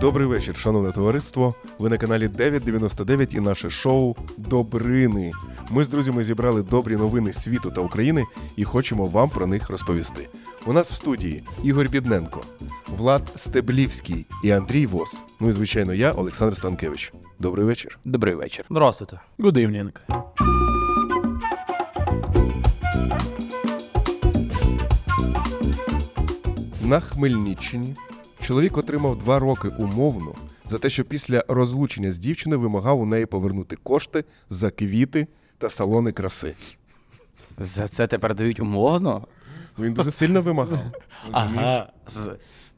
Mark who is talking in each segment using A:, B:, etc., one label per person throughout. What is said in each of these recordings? A: Добрий вечір, шановне товариство. Ви на каналі 999 і наше шоу Добрини. Ми з друзями зібрали добрі новини світу та України і хочемо вам про них розповісти. У нас в студії Ігор Бідненко, Влад Стеблівський і Андрій Вос. Ну і звичайно, я, Олександр Станкевич. Добрий вечір.
B: Добрий вечір.
C: Здравствуйте. Good evening.
A: На Хмельниччині чоловік отримав два роки умовно за те, що після розлучення з дівчиною вимагав у неї повернути кошти за квіти та салони краси.
B: За це тепер дають умовно?
A: Ну, Він дуже сильно вимагав.
B: Ага. З-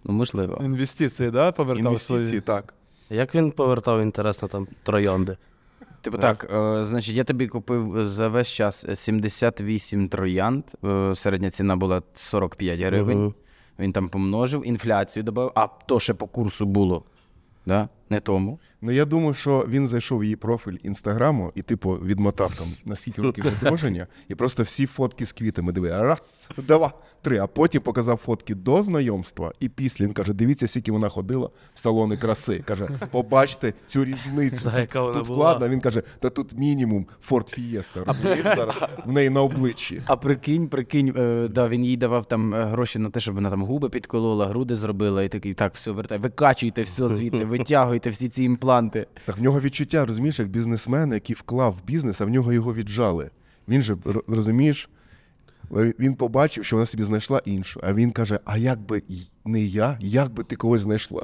B: Ну, можливо.
C: Інвестиції, да, повертав
A: Інвестиції,
C: свої?
A: так.
D: Як він повертав інтересно там троянди?
B: Типу так, е, значить, я тобі купив за весь час 78 троянд. е, Середня ціна була 45 гривень.
D: Мгм.
B: Він там помножив, інфляцію додав, а то ще по курсу було. Да? Не тому.
A: Ну я думаю, що він зайшов в її профіль інстаграму і, типу, відмотав там на скільки років відродження, і просто всі фотки з квітами диви. Раз, два, три. А потім показав фотки до знайомства і після. Він каже: дивіться, скільки вона ходила в салони краси. Каже, побачте цю різницю.
D: Да, яка вона
A: тут
D: була.
A: складно. Він каже, та тут мінімум Форд Фієста. Розумієш зараз в неї на обличчі.
B: А прикинь, прикинь, е, да, він їй давав там е, гроші на те, щоб вона там губи підколола, груди зробила, і такий так, все, вертай, викачуйте все звідти, витягуйте всі ці імпланти.
A: Так в нього відчуття, розумієш, як бізнесмена, який вклав в бізнес, а в нього його віджали. Він же р- розумієш, е, він побачив, що вона собі знайшла іншу. А він каже: А як би й- не я, як би ти когось знайшла?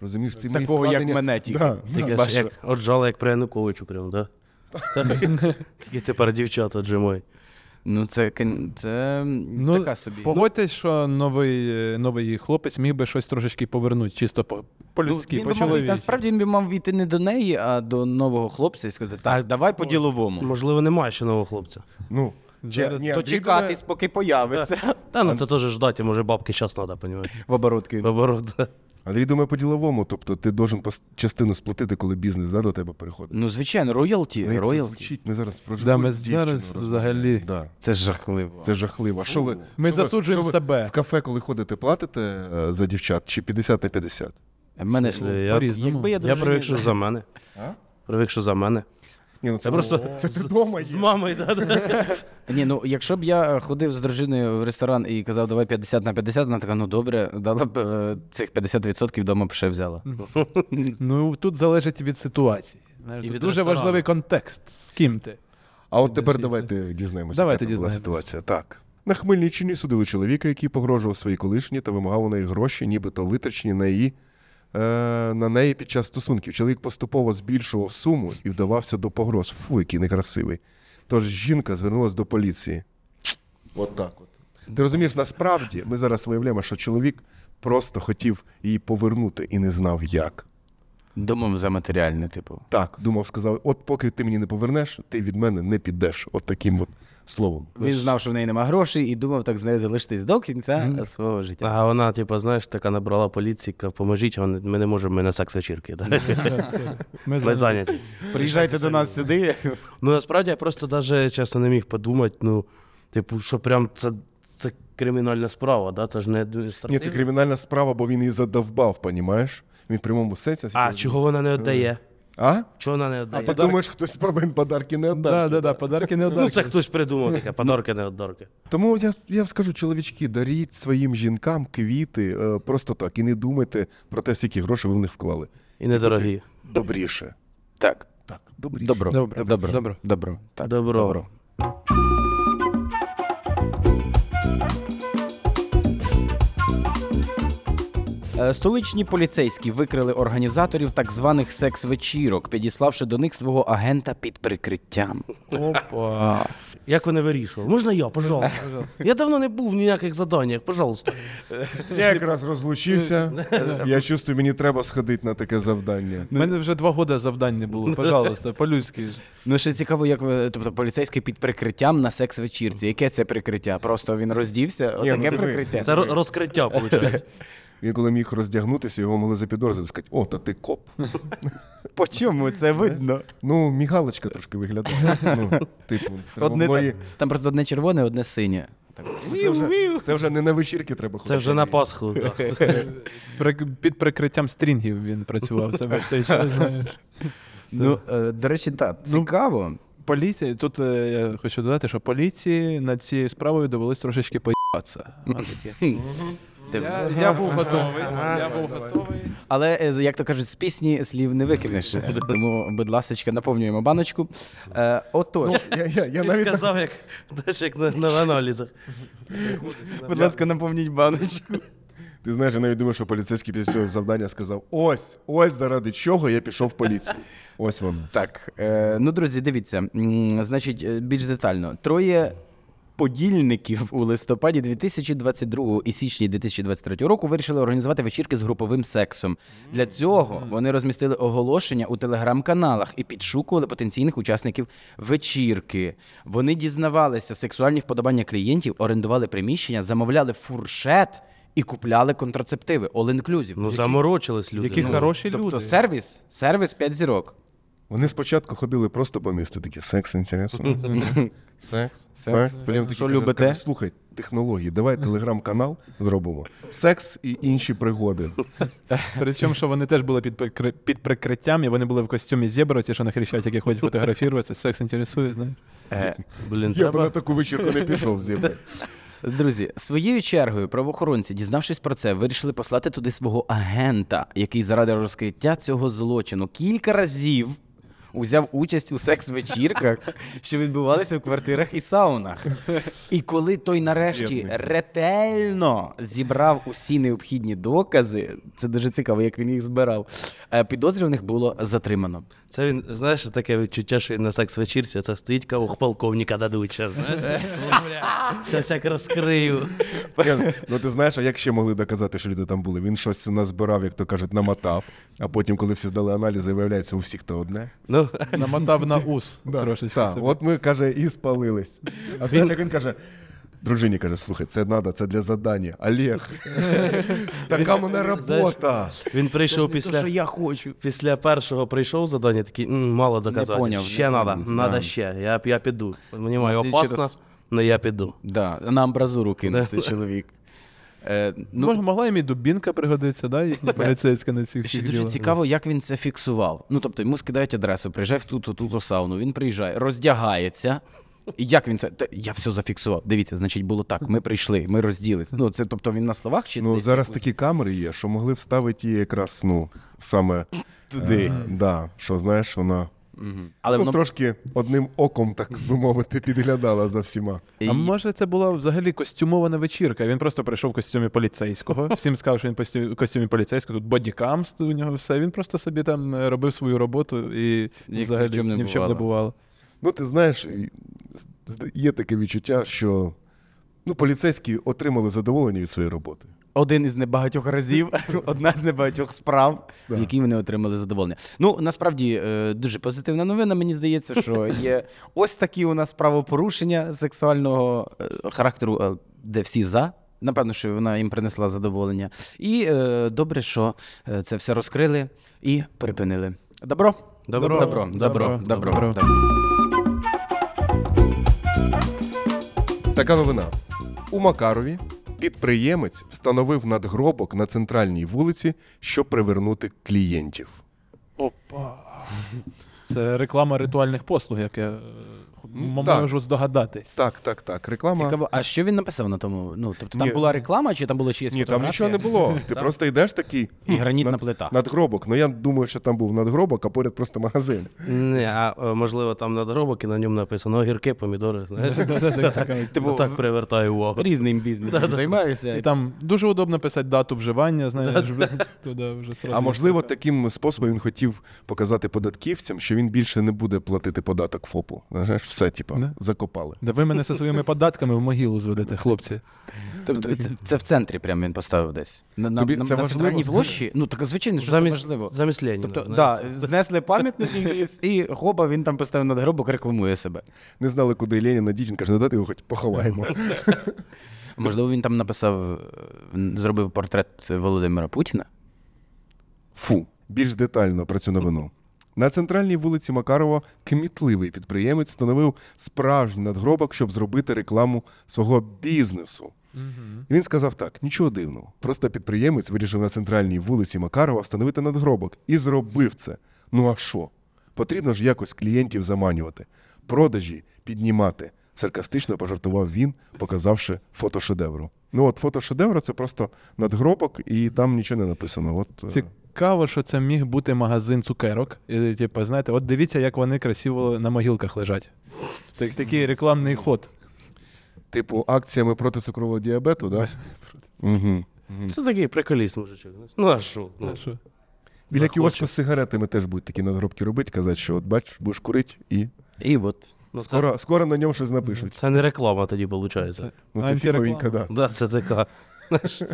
A: Розумієш, це мої
B: Такого, як
A: вкладення-
B: мене тільки.
A: Да,
D: Ти
A: да,
D: кажеш,
A: бачиш.
D: як отжала, як при Януковичу, прям, да? Які тепер дівчата джимой.
B: Ну, це, кін- це
C: Ну,
B: така собі.
C: Погодьтесь, що новий, е, новий хлопець міг би щось трошечки повернути, чисто по- по-людськи,
B: ну, він би
C: по
B: мав війти-
C: чоловічі
B: насправді він би мав війти не до неї, а до нового хлопця і сказати, так, давай по-діловому.
D: Можливо, немає ще нового хлопця.
A: Ну,
C: Зараз
A: ні, Андрій
B: Дочекатись, поки появиться.
D: Та ну це теж ждать, може бабки час треба, понімаєш.
B: В оборотки.
D: Наоборот, да.
A: Андрій думає по-діловому, тобто ти должен пос- частину сплатити, коли бізнес да, до тебе переходить.
B: Ну, звичайно, роялті.
A: Ну, як це
B: роялті.
A: звучить, ми зараз про
C: Да, ми
A: живу дівчину
C: зараз
A: розмовляємо.
C: взагалі-
A: Да.
B: Це жахливо.
A: Це жахливо. А Що ви,
C: Ми
A: що ви-
C: засуджуємо
A: що ви
C: себе.
A: В кафе, коли ходите, платите е, за дівчат чи 50 на 50?
B: В Мене
D: Якщо Я,
C: По-різному.
B: якби я
D: я
B: дружині-
D: привик, що за мене.
A: А?
D: Привик, що за мене.
A: Ні, ну це
D: Я просто
A: це ти вдома
D: З
A: є.
D: мамою, да, да.
B: Ні, ну якщо б я е, ходив з дружиною в ресторан і казав, давай 50 на 50, вона така, ну добре, дала б е, цих 50% вдома б ще взяла.
C: Ну, тут залежить від ситуації. Знаєш,
D: І
C: тут
D: від
C: дуже
D: ресторану.
C: важливий контекст, з ким ти.
A: А от
C: Підожди,
A: тепер давайте дізнаємося,
C: Давайте
A: яка там була
C: дізнаємося.
A: ситуація. Так. На Хмельниччині судили чоловіка, який погрожував своїй колишній та вимагав у неї гроші, нібито витрачені на її. е, На неї під час стосунків чоловік поступово збільшував суму і вдавався до погроз. Фу, який некрасивий. Тож жінка звернулася до поліції. От так от. Ти розумієш, насправді ми зараз виявляємо, що чоловік просто хотів її повернути і не знав як.
B: Думав за матеріальне, типу.
A: Так, думав, сказав: от поки ти мені не повернеш, ти від мене не підеш. От таким от словом.
B: Він знав, що в неї нема грошей і думав так з нею залишитись до кінця е, свого життя.
D: А вона, типу, знаєш, така набрала поліції, каже, поможіть, а вони- ми не можемо, ми на секс-вечірки. да.
C: Ми
D: Ми
C: зараз-
D: зайняті.
B: Приїжджайте до нас сюди.
D: Ну насправді я просто навіть чесно не міг подумати, ну, типу, що прям це, це кримінальна справа, да? це ж не
A: Ні,
D: адміністративна.
A: це кримінальна справа, бо він її задовбав, понімаєш? Він в прямому сенсі.
D: А
A: наскільки-
D: чого вона не віддає?
A: а?
D: Чого вона не
A: а
D: віддає?
A: ти думаєш, хтось повинен подарки не віддати?
C: Да, да, да, подарки не
D: Ну, це
C: одарки.
D: хтось придумав таке, подарки не отдарки.
A: Тому я, я скажу, чоловічки, даріть своїм жінкам квіти е, просто так. І не думайте про те, скільки грошей ви в них вклали.
D: І недорогі.
A: Добріше.
B: Так.
A: Так, добріше.
B: Добро.
C: Добре.
B: Добро. Добро.
C: Добро.
B: Добро. Так.
D: Добро.
B: Е, Столичні поліцейські викрили організаторів так званих секс-вечірок, підіславши до них свого агента під прикриттям.
C: Опа.
D: Як вони вирішували? Можна я, пожалуйста. Я давно не був в ніяких заданнях, пожалуйста.
A: Я якраз розлучився. я чувствую, мені треба сходити на таке завдання.
C: У мене вже два года завдань не було, пожалуйста, по-людськи.
B: Ну ще цікаво, як ви- тобто поліцейський під прикриттям на секс-вечірці. Яке це прикриття? Просто він роздівся,
A: Ні, ну
B: отаке
A: диви.
B: прикриття.
D: Це ро- розкриття, виходить.
A: Він коли міг роздягнутися, його могли запідорзити, сказати, о, та ти коп.
B: По чому це видно?
A: Ну, мігалочка трошки виглядає. Ну, типу, треба
B: Одне
A: було
B: там,
A: її-
B: там просто одне червоне, одне синє. Так.
A: Це вже, це вже не на вечірки треба ходити.
D: Це вже на Пасху. да.
C: Прик- Під прикриттям стрінгів він працював себе цей час. знаєш.
B: Ну, е, до речі, так, цікаво.
C: Поліція, тут е, я хочу додати, що поліції над цією справою довелось трошечки поїбатися.
B: Хм.
C: Я, я був готовий. Я був готовий.
B: Але е, як то кажуть, з пісні слів не викинеш. Тому, будь ласочка, наповнюємо баночку. Е, отож,
A: Я, я, я
D: Ти
A: навіть
D: сказав, як, знаєш, як на, на аналізах.
B: будь ласка, наповніть баночку.
A: Ти знаєш, я навіть думаю, що поліцейський після цього завдання сказав: ось, ось заради чого я пішов в поліцію. Ось воно.
B: Так, е, ну друзі, дивіться, м, значить, е, більш детально. Троє подільників у листопаді 2022 і січні 2023 року вирішили організувати вечірки з груповим сексом. Для цього вони розмістили оголошення у телеграм-каналах і підшукували потенційних учасників вечірки. Вони дізнавалися сексуальні вподобання клієнтів, орендували приміщення, замовляли фуршет і купляли контрацептиви. All inclusive.
D: Ну, заморочились люди.
C: Які
D: ну.
C: хороші
B: тобто
C: люди.
B: сервіс, сервіс 5 зірок.
A: Вони спочатку ходили просто по місту, такі секс, інтересно. Секс, секс. Блін, такі
B: Що
A: кажуть,
B: любите?
A: кажуть, Слухай, технології, давай телеграм-канал зробимо. Секс і інші пригоди.
C: Причому, що вони теж були під, прикри- під прикриттям, і вони були в костюмі зебра, ті, що на хрещатики ходять фотографуватися, секс інтересує, знаєш.
D: Блін,
A: Я б
D: треба...
A: на таку вечірку не пішов зі
B: Друзі, своєю чергою правоохоронці, дізнавшись про це, вирішили послати туди свого агента, який заради розкриття цього злочину кілька разів узяв участь у секс-вечірках, що відбувалися в квартирах і саунах. І коли той нарешті
A: Бідний.
B: ретельно зібрав усі необхідні докази, це дуже цікаво, як він їх збирав. е, Підозрюваних було затримано.
D: Це він, знаєш, таке відчуття, що він на секс-вечірці, а це стоїть кавух полковника дадуть. щас, знаєш?
B: Е,
D: Щас як розкрию.
A: Ні, Ну ти знаєш, а як ще могли доказати, що люди там були? Він щось назбирав, як то кажуть, намотав. А потім, коли всі здали аналізи, виявляється, у всіх то одне.
D: Ну,
C: Намотав на ус трошечки.
A: Так,
C: собі.
A: от ми каже, і спалились. А він, він каже. Дружині каже, слухай, це треба, це для задання. Олег, така мене робота.
D: він прийшов
B: Те,
D: після...
B: що я хочу.
D: Після першого прийшов задання, такий «М, мало доказати.
B: поняв,
D: ще
B: не
D: треба,
B: поняв,
D: треба
B: да.
D: ще. Я, я піду. Мені має
B: Наслідчий
D: опасно,
B: раз.
D: але я піду.
B: Да, на амбразуру кинув цей чоловік. Е, ну,
C: Мож- могла їм і дубінка пригодиться, да, їхня поліцейська на цих
B: Ще
C: всіх
B: дуже
C: ділах.
B: цікаво, як він це фіксував. Ну тобто йому скидають адресу, приїжджає в ту-то, ту-то сауну. Він приїжджає, роздягається. І як він це? Та я все зафіксував. Дивіться, значить, було так. Ми прийшли, ми розділися. Ну це тобто він на словах чи
A: Ну
B: десь
A: зараз
B: якось?
A: такі камери є, що могли вставити її якраз ну саме туди. Да, що знаєш, вона
B: Але
A: ну,
B: воно
A: трошки одним оком, так би мовити, підглядала за всіма.
C: А може це була взагалі костюмована вечірка? Він просто прийшов в костюмі поліцейського. Всім сказав, що він в костю- в костюмі поліцейського, тут бодікамст у нього все. Він просто собі там е, робив свою роботу і
B: Ні-
C: взагалі
B: ні в чому не
C: ні в чому не
B: бувало.
C: бувало.
A: Ну, ти знаєш, і- з- є таке відчуття, що ну, поліцейські отримали задоволення від своєї роботи.
B: один із небагатьох разів, одна з небагатьох справ, в які вони отримали задоволення. Ну насправді е, дуже позитивна новина. Мені здається, що є ось такі у нас правопорушення сексуального е, характеру, е, де всі за. Напевно, що вона їм принесла задоволення. І е, добре, що е, це все розкрили і припинили. Добро?
D: Добро.
B: Добро, добро, добро.
C: Добро.
B: добро.
C: Добро.
A: Така новина. У Макарові підприємець встановив надгробок на центральній вулиці, щоб привернути клієнтів.
C: Це реклама ритуальних послуг, як я е, м-
A: так.
C: можу здогадатись.
A: Так, так, так. Реклама.
B: Цікаво, а що він написав на тому? Ну, тобто там
A: Ні.
B: була реклама, чи там було чиєсь
A: Ні, там
B: фотографія?
A: нічого не було. Ти просто йдеш такий.
B: І
A: «Хм,
B: гранітна
A: над-
B: плита.
A: Надгробок. Ну я думаю, що там був надгробок, а поряд просто магазин.
D: Ні, а е, можливо, там надробок і на ньому написано огірки, помідори. Знаєш? Ну,
B: Типу,
D: Так привертаю увагу.
B: Різним бізнесом займаюся.
C: І там дуже удобно писати дату вживання, знаєш, блядь, туди вже сразу.
A: А можливо, таким способом він хотів показати податківцям, що він більше не буде платити податок ФОПу. Знаєш, все, типу,
C: Да.
A: закопали.
C: Да ви мене зі своїми податками в могилу зведете, хлопці.
B: Тобто це, це в центрі прям він поставив десь. На, на,
A: Тобі
B: на,
A: це
B: на
A: важливо?
B: центральній площі. Ну так звичайно, що це важливо.
D: замість Леніна.
B: Тобто,
D: знаєш.
B: да, знесли пам'ятник якийсь, і хоба, він там поставив надгробок, рекламує себе.
A: Не знали, куди Леніна дідінка каже, ну дати його хоч поховаємо.
B: Можливо, він там написав, е, зробив портрет Володимира Путіна.
A: Фу. Більш детально про цю новину. На центральній вулиці Макарова кмітливий підприємець встановив справжній надгробок, щоб зробити рекламу свого бізнесу. І Він сказав так: нічого дивного. Просто підприємець вирішив на центральній вулиці Макарова встановити надгробок і зробив це. Ну а що? Потрібно ж якось клієнтів заманювати, продажі піднімати. Саркастично пожартував він, показавши фотошедевру. Ну от фотошедевра це просто надгробок, і там нічого не написано. От е,
C: Цікаво, що це міг бути магазин цукерок. І, Типу, знаєте, от дивіться, як вони красиво на могилках лежать. Так, такий рекламний ход.
A: типу акціями проти цукрового діабету, да? Угу.
D: Це такий приколіст, мужичок. знаєш. Ну а що? Ну,
C: Що?
A: Біля кіоску з сигаретами теж будуть такі надгробки робити, казати, що от бач, будеш курити, і
B: І от.
D: ну, це,
A: скоро, скоро на ньому щось напишуть.
D: це не реклама тоді виходить.
C: Це-
A: Ну це
C: Антиреклама.
A: фіговенька, да.
D: Да, це така.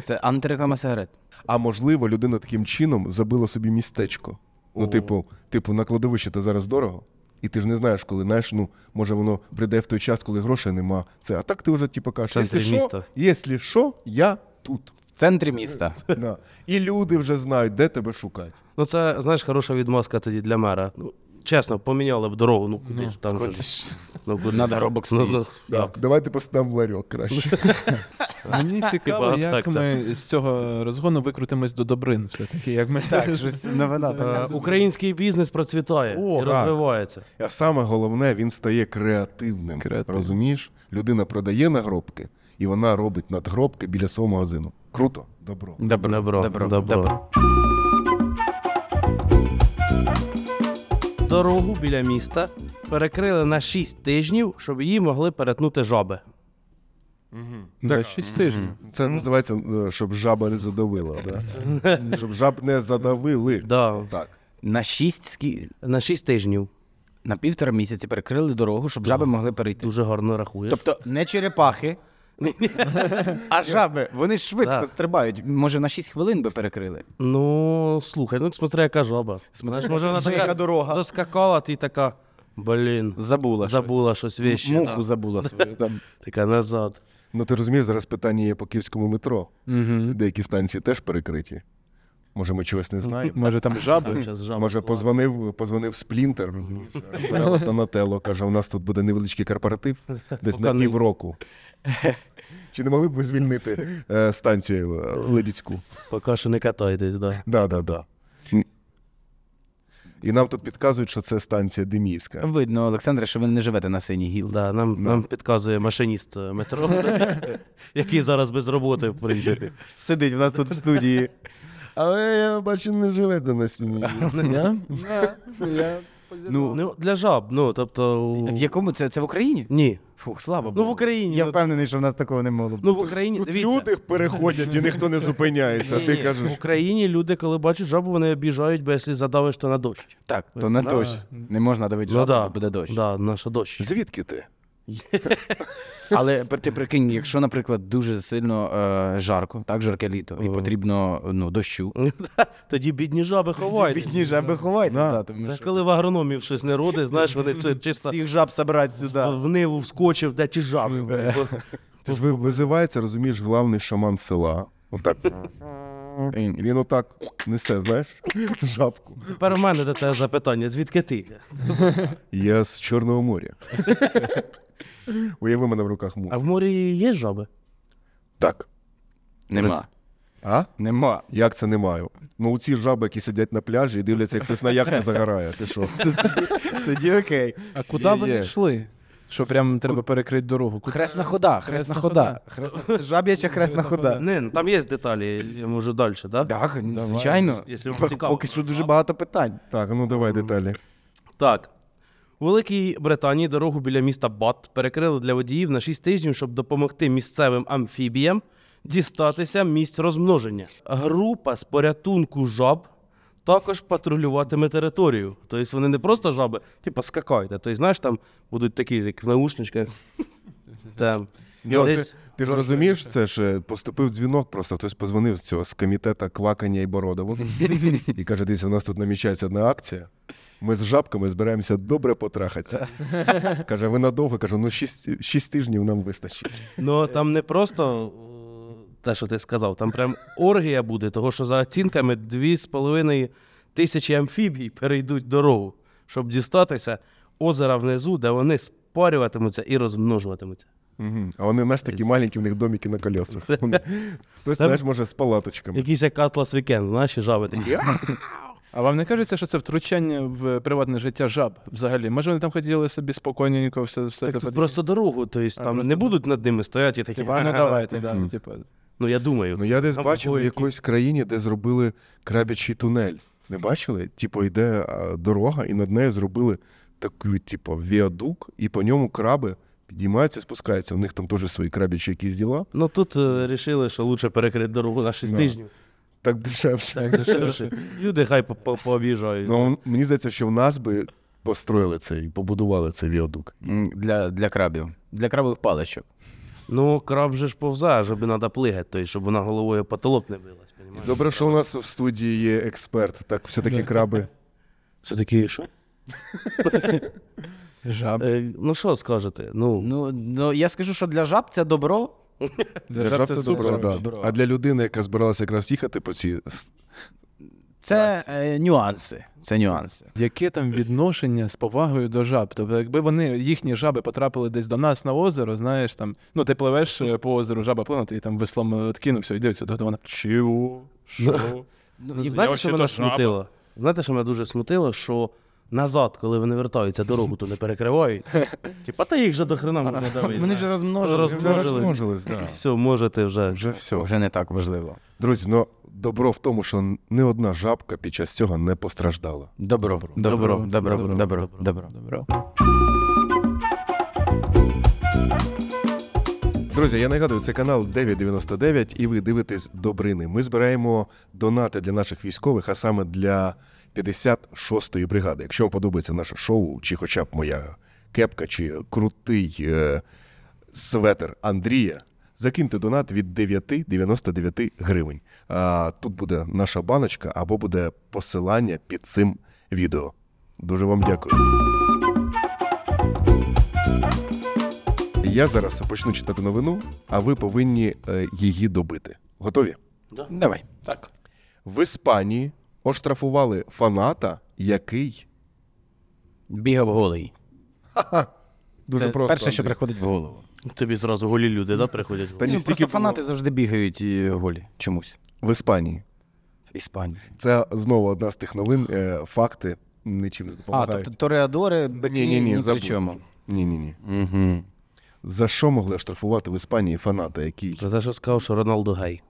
B: Це антиреклама сигарет.
A: А можливо, людина таким чином забила собі містечко. Ну,
D: О.
A: типу, типу, на кладовище ти зараз дорого, і ти ж не знаєш, коли знаєш, ну може воно прийде в той час, коли грошей нема. Це а так ти вже типу кажеш,
D: В центрі
A: якщо що,
D: міста».
A: якщо що, я тут.
B: В центрі міста.
A: Да. І люди вже знають, де тебе шукати.
D: Ну це, знаєш, хороша відмазка тоді для мера. Ну, чесно, поміняли б дорогу, ну куди ж там. же ж. Ну, куди?
B: Надо робок
D: Ну,
B: стоїть.
D: ну,
A: Да. Давайте поставимо ларьок краще.
C: Мені цікаво,
D: Типа,
C: як
D: так,
C: ми з цього розгону викрутимось до добрин. Все-таки, як ми так,
B: Новина
D: Е, Український бізнес процвітає
C: О,
D: і
A: так.
D: розвивається.
A: А саме головне, він стає креативним.
C: Креативним.
A: Розумієш? Людина продає нагробки, і вона робить надгробки біля свого магазину. Круто, добро.
B: Добро.
D: Добро.
B: Добро.
D: Добро.
B: Добро.
D: Дорогу біля міста перекрили на 6 тижнів, щоб її могли перетнути жаби.
C: Да, 6 тижнів.
A: Це називається, е, щоб жаба не задавила. Да? Щоб жаб не задавили.
D: Да.
A: Так.
B: На шість скі...
D: На 6 тижнів.
B: на півтора місяці перекрили дорогу, щоб жаби могли перейти.
D: Дуже гарно рахуєш.
B: Тобто не черепахи, а жаби. Вони ж швидко
D: Да.
B: стрибають. Може, на 6 хвилин би перекрили.
D: Ну, слухай, ну смотри, яка жаба. Знаєш, може вона
B: Вже
D: така
B: яка дорога.
D: доскакала, ти така. Блін,
B: Забула.
D: забула щось
B: щось.
D: віще.
B: Муху забула свою. Там.
D: Така назад.
A: Ну ти розумієш, зараз питання є по київському метро.
C: Угу.
A: Деякі станції теж перекриті. Може, ми чогось не
D: Ну,
A: знаємо.
C: Може там жаби?
D: Зараз жаба.
A: Може, позвонив, позвонив Сплінтер, розумієш, розбирав Донателло, каже, у нас тут буде невеличкий корпоратив десь на
D: Поки не-
A: півроку. Чи не могли б ви звільнити е, станцію е, Либідську?
D: Поки що не катайтесь, да.
A: Да, да, да. І нам тут підказують, що це станція Деміївська.
B: Видно, Олександре, що ви не живете на синій гілці.
D: Да, нам, нам підказує машиніст е, метро, який зараз без роботи, в принципі.
B: Сидить в нас тут в студії.
A: Але я бачу, не живете на сіні.
D: Ну, ну для жаб, ну тобто. у-
B: В якому це? Це в Україні?
D: Ні.
B: Фух, слава Богу.
D: Ну в Україні.
B: Я
D: ну,
B: впевнений, що в нас такого не могло. б.
D: Ну в Україні
A: Тут
D: дивіться.
A: люди переходять і ніхто не зупиняється.
D: Ні,
A: Ти
D: ні,
A: кажеш,
D: В Україні люди, коли бачать жабу, вони обіжають, бо якщо задавиш, то на дощ.
B: так, то на дощ. Не можна дивитися,
D: Ну, да.
B: то буде дощ.
D: Да, наша дощ.
A: звідки ти?
B: Але при- ти прикинь, якщо, наприклад, дуже сильно е, жарко, так жарке літо, і потрібно ну, дощу.
D: Тоді бідні жаби ховають.
B: жаби ховайте. Да. тому
D: Це
B: що
D: коли в агрономів щось не родить, знаєш, вони це чисто
B: всіх жаб забрати сюди.
D: в ниву вскочив, де ті жаби.
A: Ти ж ви- визивається, розумієш, главний шаман села. Отак. І Він отак несе, знаєш, жабку.
D: Тепер у мене до тебе запитання: звідки ти?
A: Я з Чорного моря. Уяви мене в руках
D: А
A: му.
D: в морі є жаби?
A: Так.
B: Нема.
A: А?
B: Нема.
A: Як це не маю? Ну, ці жаби, які сидять на пляжі і дивляться, як хтось на яхті загорає. Ти що?
B: Тоді окей.
C: А куди вони йшли? Що прям треба перекрити дорогу? Ку-
B: Хресна хода, хресна хода. Хресна- Жаб'яча хресна хода.
D: Не, ну там є деталі, я можу далі, так?
B: Так, ну, звичайно.
D: Якщо вам
B: Пок-
D: цікаво.
B: Поки що дуже багато питань.
A: Так, ну давай деталі.
D: Так. У Великій Британії дорогу біля міста Бат перекрили для водіїв на 6 тижнів, щоб допомогти місцевим амфібіям дістатися місць розмноження. Група з порятунку жаб також патрулюватиме територію. Тобто вони не просто жаби, типу скакайте. Тобто, знаєш, там будуть такі, як в наушничках. Там.
A: Ну, ти,
D: Десь-
A: ти ж розумієш, це ж е, поступив дзвінок, просто хтось позвонив з цього з комітету квакання і бородовок і каже: дивіться, у нас тут намічається одна акція. Ми з жабками збираємося добре потрахатися. Каже, ви надовго кажу, ну шість, шість тижнів нам вистачить.
D: Ну там не просто е, те, що ти сказав, там прям оргія буде, того що за оцінками 2,5 Тисячі амфібій перейдуть дорогу, щоб дістатися озера внизу, де вони спарюватимуться і розмножуватимуться.
A: Мгм. А вони, знаєш, такі маленькі, в них доміки на колесах. Вони- Хтось,
D: Там-
A: знаєш, може, з палаточками.
D: Якийсь як Атлас Вікенд, знаєш, і жаби такі.
C: А вам не кажеться, що це втручання в приватне життя жаб взагалі? Може, вони там хотіли собі спокійненько все, все
D: Так
C: типу,
D: тут просто дорогу, то есть, там не будуть над ними стояти і такі.
C: типу, ну давайте, да, типу.
D: Ну я думаю.
A: Ну я десь
D: Там
A: бачив в
D: такої-
A: якоїсь країні, де зробили крабячий тунель. Не бачили? Типу, йде а, дорога, і над нею зробили такий, типу, віадук, і по ньому краби підіймаються, спускаються. У них там теж свої крабячі якісь діла.
D: Ну тут е, рішили, що лучше перекрити дорогу на 6
A: Да.
D: тижнів.
A: Ну. Так дешевше.
D: Дешевше. Люди хай по- по- пооб'їжджають.
A: Ну, мені здається, що в нас би построїли це і побудували цей віадук.
B: М, Для, для крабів. Для крабових паличок.
D: Ну, краб же ж повзає, щоб треба плигати, тобто, щоб вона головою потолок не билась, понімаєш?
A: Добре, що у нас в студії є експерт. Так, все-таки краби.
D: Все таки, що?
C: Жаб.
D: Е, ну що скажете? Ну,
B: Ну, ну я скажу, що для жаб це добро.
C: Для жаб це супер.
A: добро, да. А для людини, яка збиралася якраз їхати по цій с-
B: Це е, нюанси. Це нюанси.
C: Яке там відношення з повагою до жаб? Тобто, якби вони, їхні жаби потрапили десь до нас на озеро, знаєш, там, ну ти пливеш е, по озеру, жаба плинула, ти її там веслом е, відкинувся і дивиться, то вона. Чого? Що?
D: і знаєте, що мене смутило? Знаєте, що мене дуже смутило, що назад, коли вони вертаються, дорогу то не перекривають. Типа, та їх же до хрена можна давити.
B: Вони вже розмножились.
D: розмножились.
A: Розмножились, да.
D: Все, можете вже.
A: Вже все.
B: Вже не так важливо.
A: Друзі, ну добро в тому, що не одна жабка під час цього не постраждала.
B: Добро. Добро. Добро. Добро. Добро. Добро.
C: Добро.
A: Друзі, я нагадую, це канал 999, і ви дивитесь Добрини. Ми збираємо донати для наших військових, а саме для 56-ї бригади. Якщо вам подобається наше шоу, чи хоча б моя кепка, чи крутий е, светер Андрія, закиньте донат від 9,99 гривень. А, тут буде наша баночка або буде посилання під цим відео. Дуже вам дякую. Я зараз почну читати новину, а ви повинні е, її добити. Готові?
B: Давай.
C: Так.
A: В Іспанії оштрафували фаната, який
B: Бігав голий.
A: дуже
B: це
A: просто.
B: перше, що
A: Андрій.
B: приходить в голову.
D: Тобі зразу голі люди, да, приходять.
A: Та ні,
B: Ну,
A: стільки
B: просто фанати завжди бігають і голі чомусь.
A: в Іспанії.
B: В Іспанії.
A: Це знову одна з тих новин. е, факти нічим не
B: А,
A: допомагають.
B: тобто тореадори, бики, ні,
A: Ні-ні-ні,
B: ні при
A: забудь.
B: чому.
A: Ні, ні, ні.
B: Угу.
A: За що могли оштрафувати в Іспанії фаната, який
D: За те, що сказав, що Роналду гей.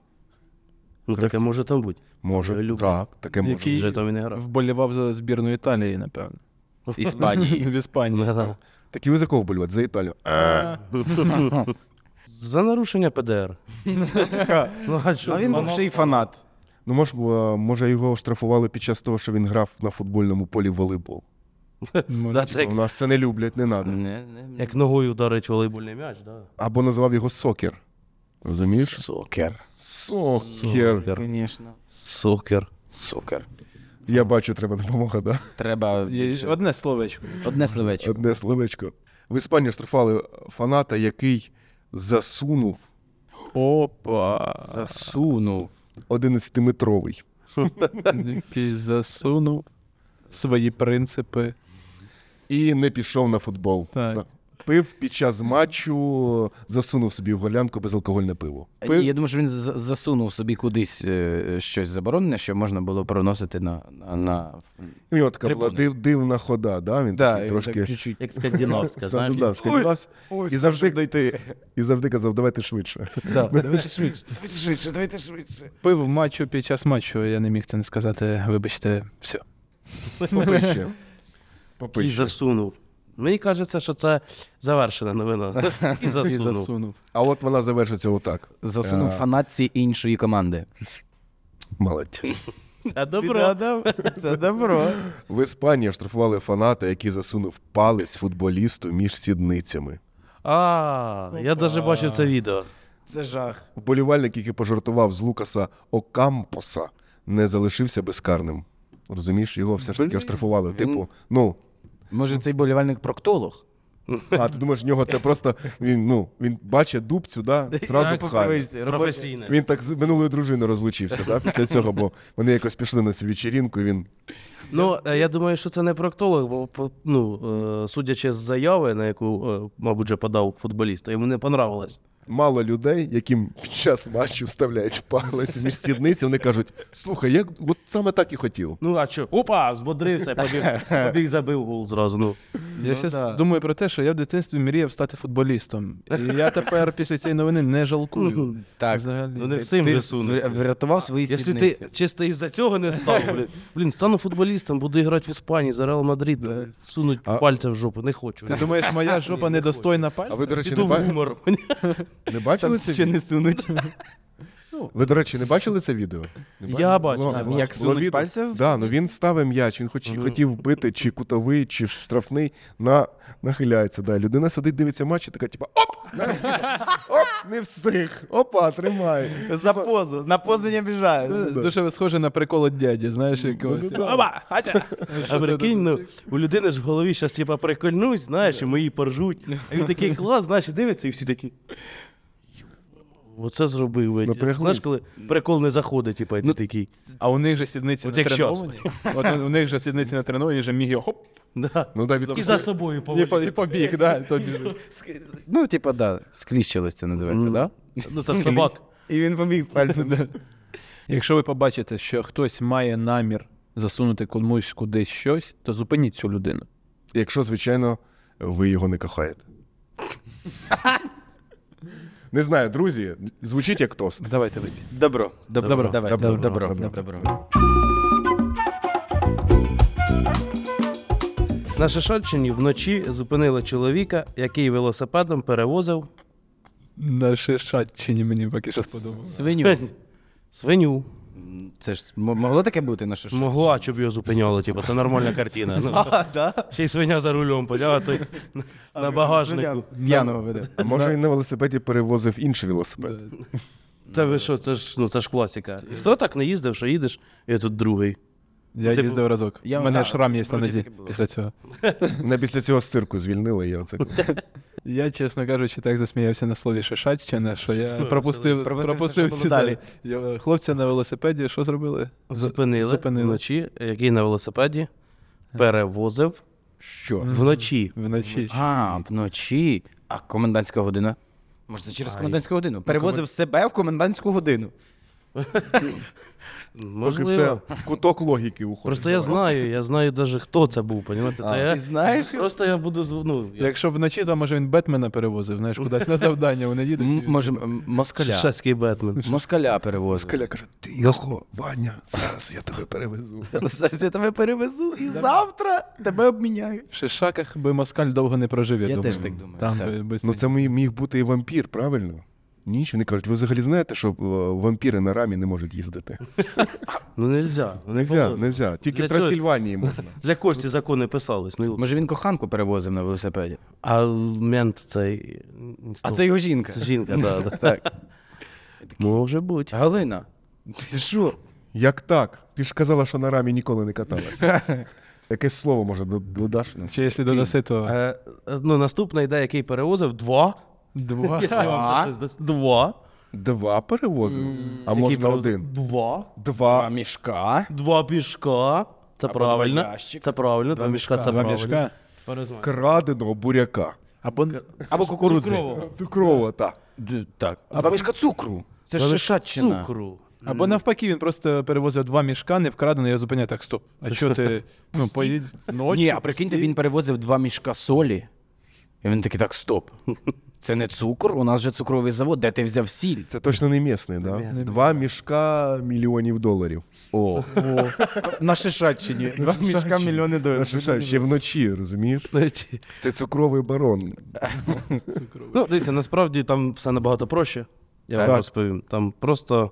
D: Ну, таке
A: Красиво.
D: може там бути.
A: може
D: Люблю.
A: так, таке може.
C: Який-
D: Вже там і не грав.
C: Вболівав за збірну Італії, напевно.
B: Іспанії.
C: В Іспанії.
D: Да.
A: Такі ви за кого вболівати? За Італію. Е, А,
D: За нарушення ПДР. Ну, а що?
B: А він був ще й фанат.
A: Ну, може, е, може, його оштрафували під час того, що він грав на футбольному полі в волейбол.
D: Да, це як,
A: У нас це не люблять, не надо.
D: як ногою вдарить волейбольний м'яч, да.
A: Або називав його сокер. Розумієш?
B: Сокер.
A: Сокер.
B: Звісно.
D: Сокер.
B: Сокер.
A: Я бачу, треба допомога, да?
B: Треба
C: Є Одне словечко.
B: одне словечко.
A: Одне словечко. В Іспанії штрафували фаната, який засунув
C: Опа.
B: Засунув.
A: 11-метровий.
C: Який засунув свої принципи.
A: І не пішов на футбол.
C: Так.
A: Да. Пив під час матчу, засунув собі в горлянку безалкогольне пиво.
B: Ні, Я думаю, що він за- засунув собі кудись е, щось заборонене, що можна було проносити на. на, на...
A: І у нього така була
B: Трибуни.
A: див- дивна хода, да? він такий трошки.
B: чуть-чуть.
D: Як скандинавська,
A: Да,
D: знаєш.
A: да, да, скидався. і, завжди, і завжди казав, давайте швидше.
B: Давайте швидше. Давайте швидше, давайте швидше.
C: Пив матчу під час матчу, я не міг це не сказати. Вибачте, все.
A: Попище.
D: І
A: Попище.
D: засунув. Мені кажеться, що це завершена новина. І засунув.
A: А от вона завершиться отак.
B: Засунув фанатці іншої команди.
A: Молодь.
D: А добре.
B: Це добро.
A: В Іспанії штрафували фаната, який засунув палець футболісту між сідницями.
D: А, я навіть бачив це відео.
B: Це жах.
A: Вболівальник, який пожартував з Лукаса Окампоса, не залишився безкарним. Розумієш, його все ж таки оштрафували. Типу, ну
B: Може, цей болівальник проктолог?
A: а ти думаєш, в нього це просто він ну він бачить дубцю, да зразу пхає.
D: Професійне.
A: Він так з минулою дружиною розлучився, да, після цього, бо вони якось пішли на цю вечірінку, і він
D: Ну, е, я думаю, що це не проктолог, бо по- ну, е, судячи з заяви, на яку, е, мабуть, вже подав футболіст, то йому не понравилось.
A: Мало людей, яким під час матчу вставляють палець між сідниці, вони кажуть: слухай, я от саме так і хотів.
D: Ну, а що? Опа, збодрився, побіг, побіг забив гол зразу. Ну.
C: Я зараз
B: да.
C: думаю про те, що я в дитинстві мріяв стати футболістом. І я тепер після цієї новини не жалкую.
B: Так.
C: Взагалі.
D: Ну, не
B: Ти-
D: всім
B: ти
D: же сунуть.
B: вр- Врятував свої
D: Якщо
B: сідниці.
D: ти чисто із-за цього не став, блін. Блін, стану футболістом, буду грати в Іспанії за Реал Мадрид. Всунуть
A: А-
D: пальця в жопу, не хочу.
C: Ти думаєш, моя жопа недостойна
A: А
C: пальця?
A: ви, до речі, не,
D: Піду
A: ба-
D: в гумор.
A: не бачили це?
B: ще
A: відео?
B: не сунуть.
A: Ви, до речі, не бачили це відео? Не бачили?
D: Я бачив.
A: Було-
D: А,
A: було
B: як сунуть
A: відео.
B: пальця в
A: Да, ну він ставив м'яч, він хоч, хотів бити чи кутовий, чи штрафний, на, нахиляється. Да. Людина сидить, дивиться матч і така, типа, оп! На- Оп, не встиг. Опа, тримай.
B: За позу. На позу не
C: Це
B: обіжаю.
C: дуже схоже на прикол від дяді, знаєш, якогось.
A: ну, да.
C: Оба, хатя!
D: А прикинь, ну, у людини ж в голові щас типа прикольнусь, знаєш, і мої поржуть. А він такий клас, знаєш, і дивиться, і всі такі. Оце зробив. блядь».
A: Напряглись.
D: Знаєш, коли прикол не заходить, типа, і ти такий.
C: А у них же сідниці
D: От як
C: натреновані. От у них же сідниці натреновані, вже міг його хоп,
D: Да.
A: Ну, да,
D: І
A: від...
D: за собою
C: і, по-
D: поводить.
C: і побіг, да, то біжить.
B: Ну, типа, да, скріщилось це називається,
D: Мгм.
B: да?
D: Ну, це собак.
B: І він побіг з пальцем. да.
C: Якщо ви побачите, що хтось має намір засунути комусь кудись щось, то зупиніть цю людину.
A: Якщо, звичайно, ви його не кохаєте. Не знаю, друзі, звучить як тост.
C: Давайте вип'ємо.
B: Добро. Добро.
C: Добро.
B: Давай,
A: Добро.
B: добро.
A: Добро.
B: Добро.
D: На Шишольчині вночі зупинили чоловіка, який велосипедом перевозив
C: На Шишаччині мені поки що сподобалося.
B: Свиню.
D: свиню.
B: Це ж м- могло таке бути на шашлик?
D: Могло, а щоб його зупиняли, типу, це нормальна картина. Ну,
B: А, да?
D: ще й свиня за рулем, поняла, той на- на багажнику.
B: П'яного веде.
A: А може він на велосипеді перевозив інший велосипед.
D: Це ви що, це ж, ну, це ж класика. Хто так не їздив, що їдеш, я тут другий.
C: Я
D: Типу,
C: їздив разок.
B: я-
C: У мене
B: да,
C: шрам є на
B: вроді
C: нозі
B: таке було.
C: після цього.
A: Мене після цього з цирку звільнили, я оце.
C: Я, чесно кажучи, так засміявся на слові Шишаччина, що я
D: Що,
C: пропустив,
B: пропустив
C: пропустив
B: все, що
C: ці
B: було
C: далі. Я- э, Хлопця на велосипеді, що зробили?
D: Зупинили,
C: Зупинили.
D: вночі, який на велосипеді перевозив
A: Що?
D: вночі.
C: Вночі.
B: А, вночі. А комендантська година? Може, це через комендантську годину. Перевозив себе в комендантську годину.
A: Поки все
D: Можливо.
A: в куток логіки уходить.
D: Просто я знаю, я знаю навіть, хто це був, понімаєте? Та я-
B: Ти знаєш?
D: Просто я буду зв- ну, я-
C: Якщо вночі, то може він Бетмена перевозив, знаєш, кудись на завдання, вони їдуть.
B: М-
C: і-
B: Може, м- москаля.
D: Шаський Бетмен.
B: Москаля перевозив.
A: Коля каже, тихо, Ваня, зараз я тебе перевезу.
B: Зараз я тебе перевезу і завтра тебе обміняють.
C: В Шишаках би москаль довго не прожив, я,
B: Я
C: думаю.
B: теж так думаю,
C: Там
B: так.
C: би, би...
A: Ну це мі- міг бути і вампір, правильно? Ні, вони кажуть, ви взагалі знаєте, що е, вампіри на рамі не можуть їздити.
D: Ну нельзя. ну,
A: Нельзя,
D: походу.
A: нельзя. Тільки
D: Для
A: в
D: чого?
A: Трансильванії можна.
D: Для Кості закони писались. Ну,
B: Може, він коханку перевозив на велосипеді.
D: а мент цей.
B: А це його жінка.
D: жінка, так. Да,
B: Так.
D: Може бути.
B: Галина. Ти що?
A: Як так? Ти ж казала, що на рамі ніколи не каталася. Якесь слово може до- додаш?
C: Чи якщо додаси, то
D: Е, ну, наступна ідея, який перевозив, два.
C: два.
D: Якщо вам це щось дасть. Два.
A: Два перевозив, а
D: Який
A: можна
D: перевозив?
A: один.
D: Два.
A: Два.
B: мішка.
D: Два мішка. Це
B: Або два
D: правильно.
B: ящика.
D: Це правильно, два мішка, це
C: Два
D: правильно.
C: мішка.
D: Перезна-
A: Краденого буряка.
C: Або
B: Або кукурудзи.
D: Цукрового.
A: Цукрового, так.
B: Д- Так. Два мішка цукру. Це ж
D: Але
B: шишаччина.
D: Цукру.
C: Або навпаки, він просто перевозив два мішка, не вкрадено, я зупиняю так, стоп. А що ти? Ну, поїдь ночі.
B: Ні, а прикиньте, він перевозив два мішка солі. І він такий, так, стоп. Це не цукор, у нас же цукровий завод, де ти взяв сіль.
A: Це точно не місний, да? Два мішка мільйонів доларів.
B: О. На Шишаччині. Два мішка мільйони
A: Я
B: доларів.
A: шукаю, ще вночі, розумієш? Це цукровий барон.
D: Ну, дивіться, насправді там все набагато проще. Я
A: Так.
D: вам розповім. Там просто.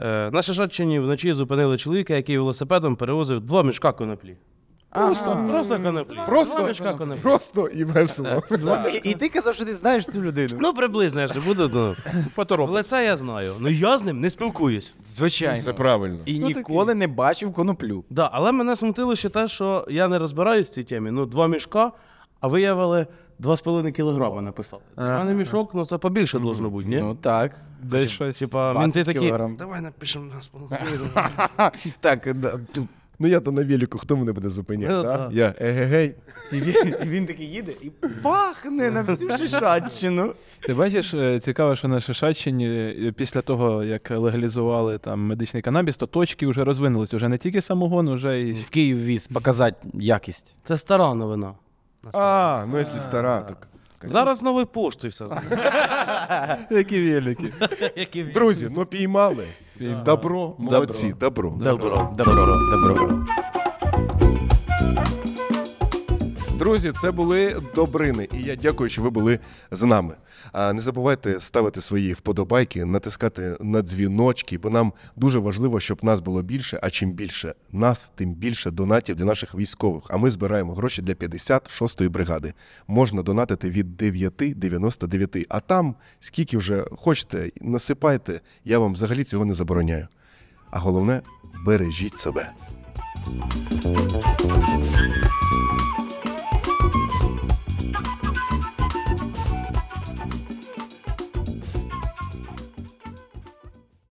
D: Е, на Шишаччині вночі зупинили чоловіка, який велосипедом перевозив два мішка коноплі. Просто, просто коноплі. два мішка
A: Просто,
D: коноплі.
A: просто і весело.
B: І, і ти казав, що ти знаєш цю людину.
D: Ну, приблизно, я ж не буду. Ну. Але це я знаю. Ну я з ним не спілкуюсь.
B: Звичайно. Ну,
A: правильно.
B: І ніколи не бачив коноплю.
D: Да, але мене смутило ще те, що я не розбираюсь в цій темі. Ну, два мішка, а виявили 2,5 кілограма написали. У мене мішок, ну це побільше должно бути, ні?
B: Ну так.
C: Десь щось.
D: Типа,
B: 20
D: мінці такі.
B: кілограм.
D: Давай напишемо 2,5 кілограма.
B: Так, да, ту-
A: Ну я то на велику, хто мене буде зупиняти?
D: Ну,
A: да?
D: так.
A: Я егегей.
B: І він, і він такий їде і пахне на всю Шишаччину.
C: Ти бачиш, е, цікаво, що на Шишаччині е, після того, як легалізували там медичний канабіс, то точки вже розвинулись. Уже не тільки самогон, уже і
B: В Київ віз показати якість.
D: Це стара новина.
A: А, ну якщо стара, так.
D: Зараз новий пошт і все.
C: які великі.
D: Які ві-
A: Друзі, ну піймали. Добро, молодці, добро.
B: Добро, добро, добро.
A: Друзі, це були Добрини, і я дякую, що ви були з нами. А не забувайте ставити свої вподобайки, натискати на дзвіночки, бо нам дуже важливо, щоб нас було більше. А чим більше нас, тим більше донатів для наших військових. А ми збираємо гроші для 56-ї бригади. Можна донатити від 9,99. А там скільки вже хочете, насипайте. Я вам взагалі цього не забороняю. А головне, бережіть себе.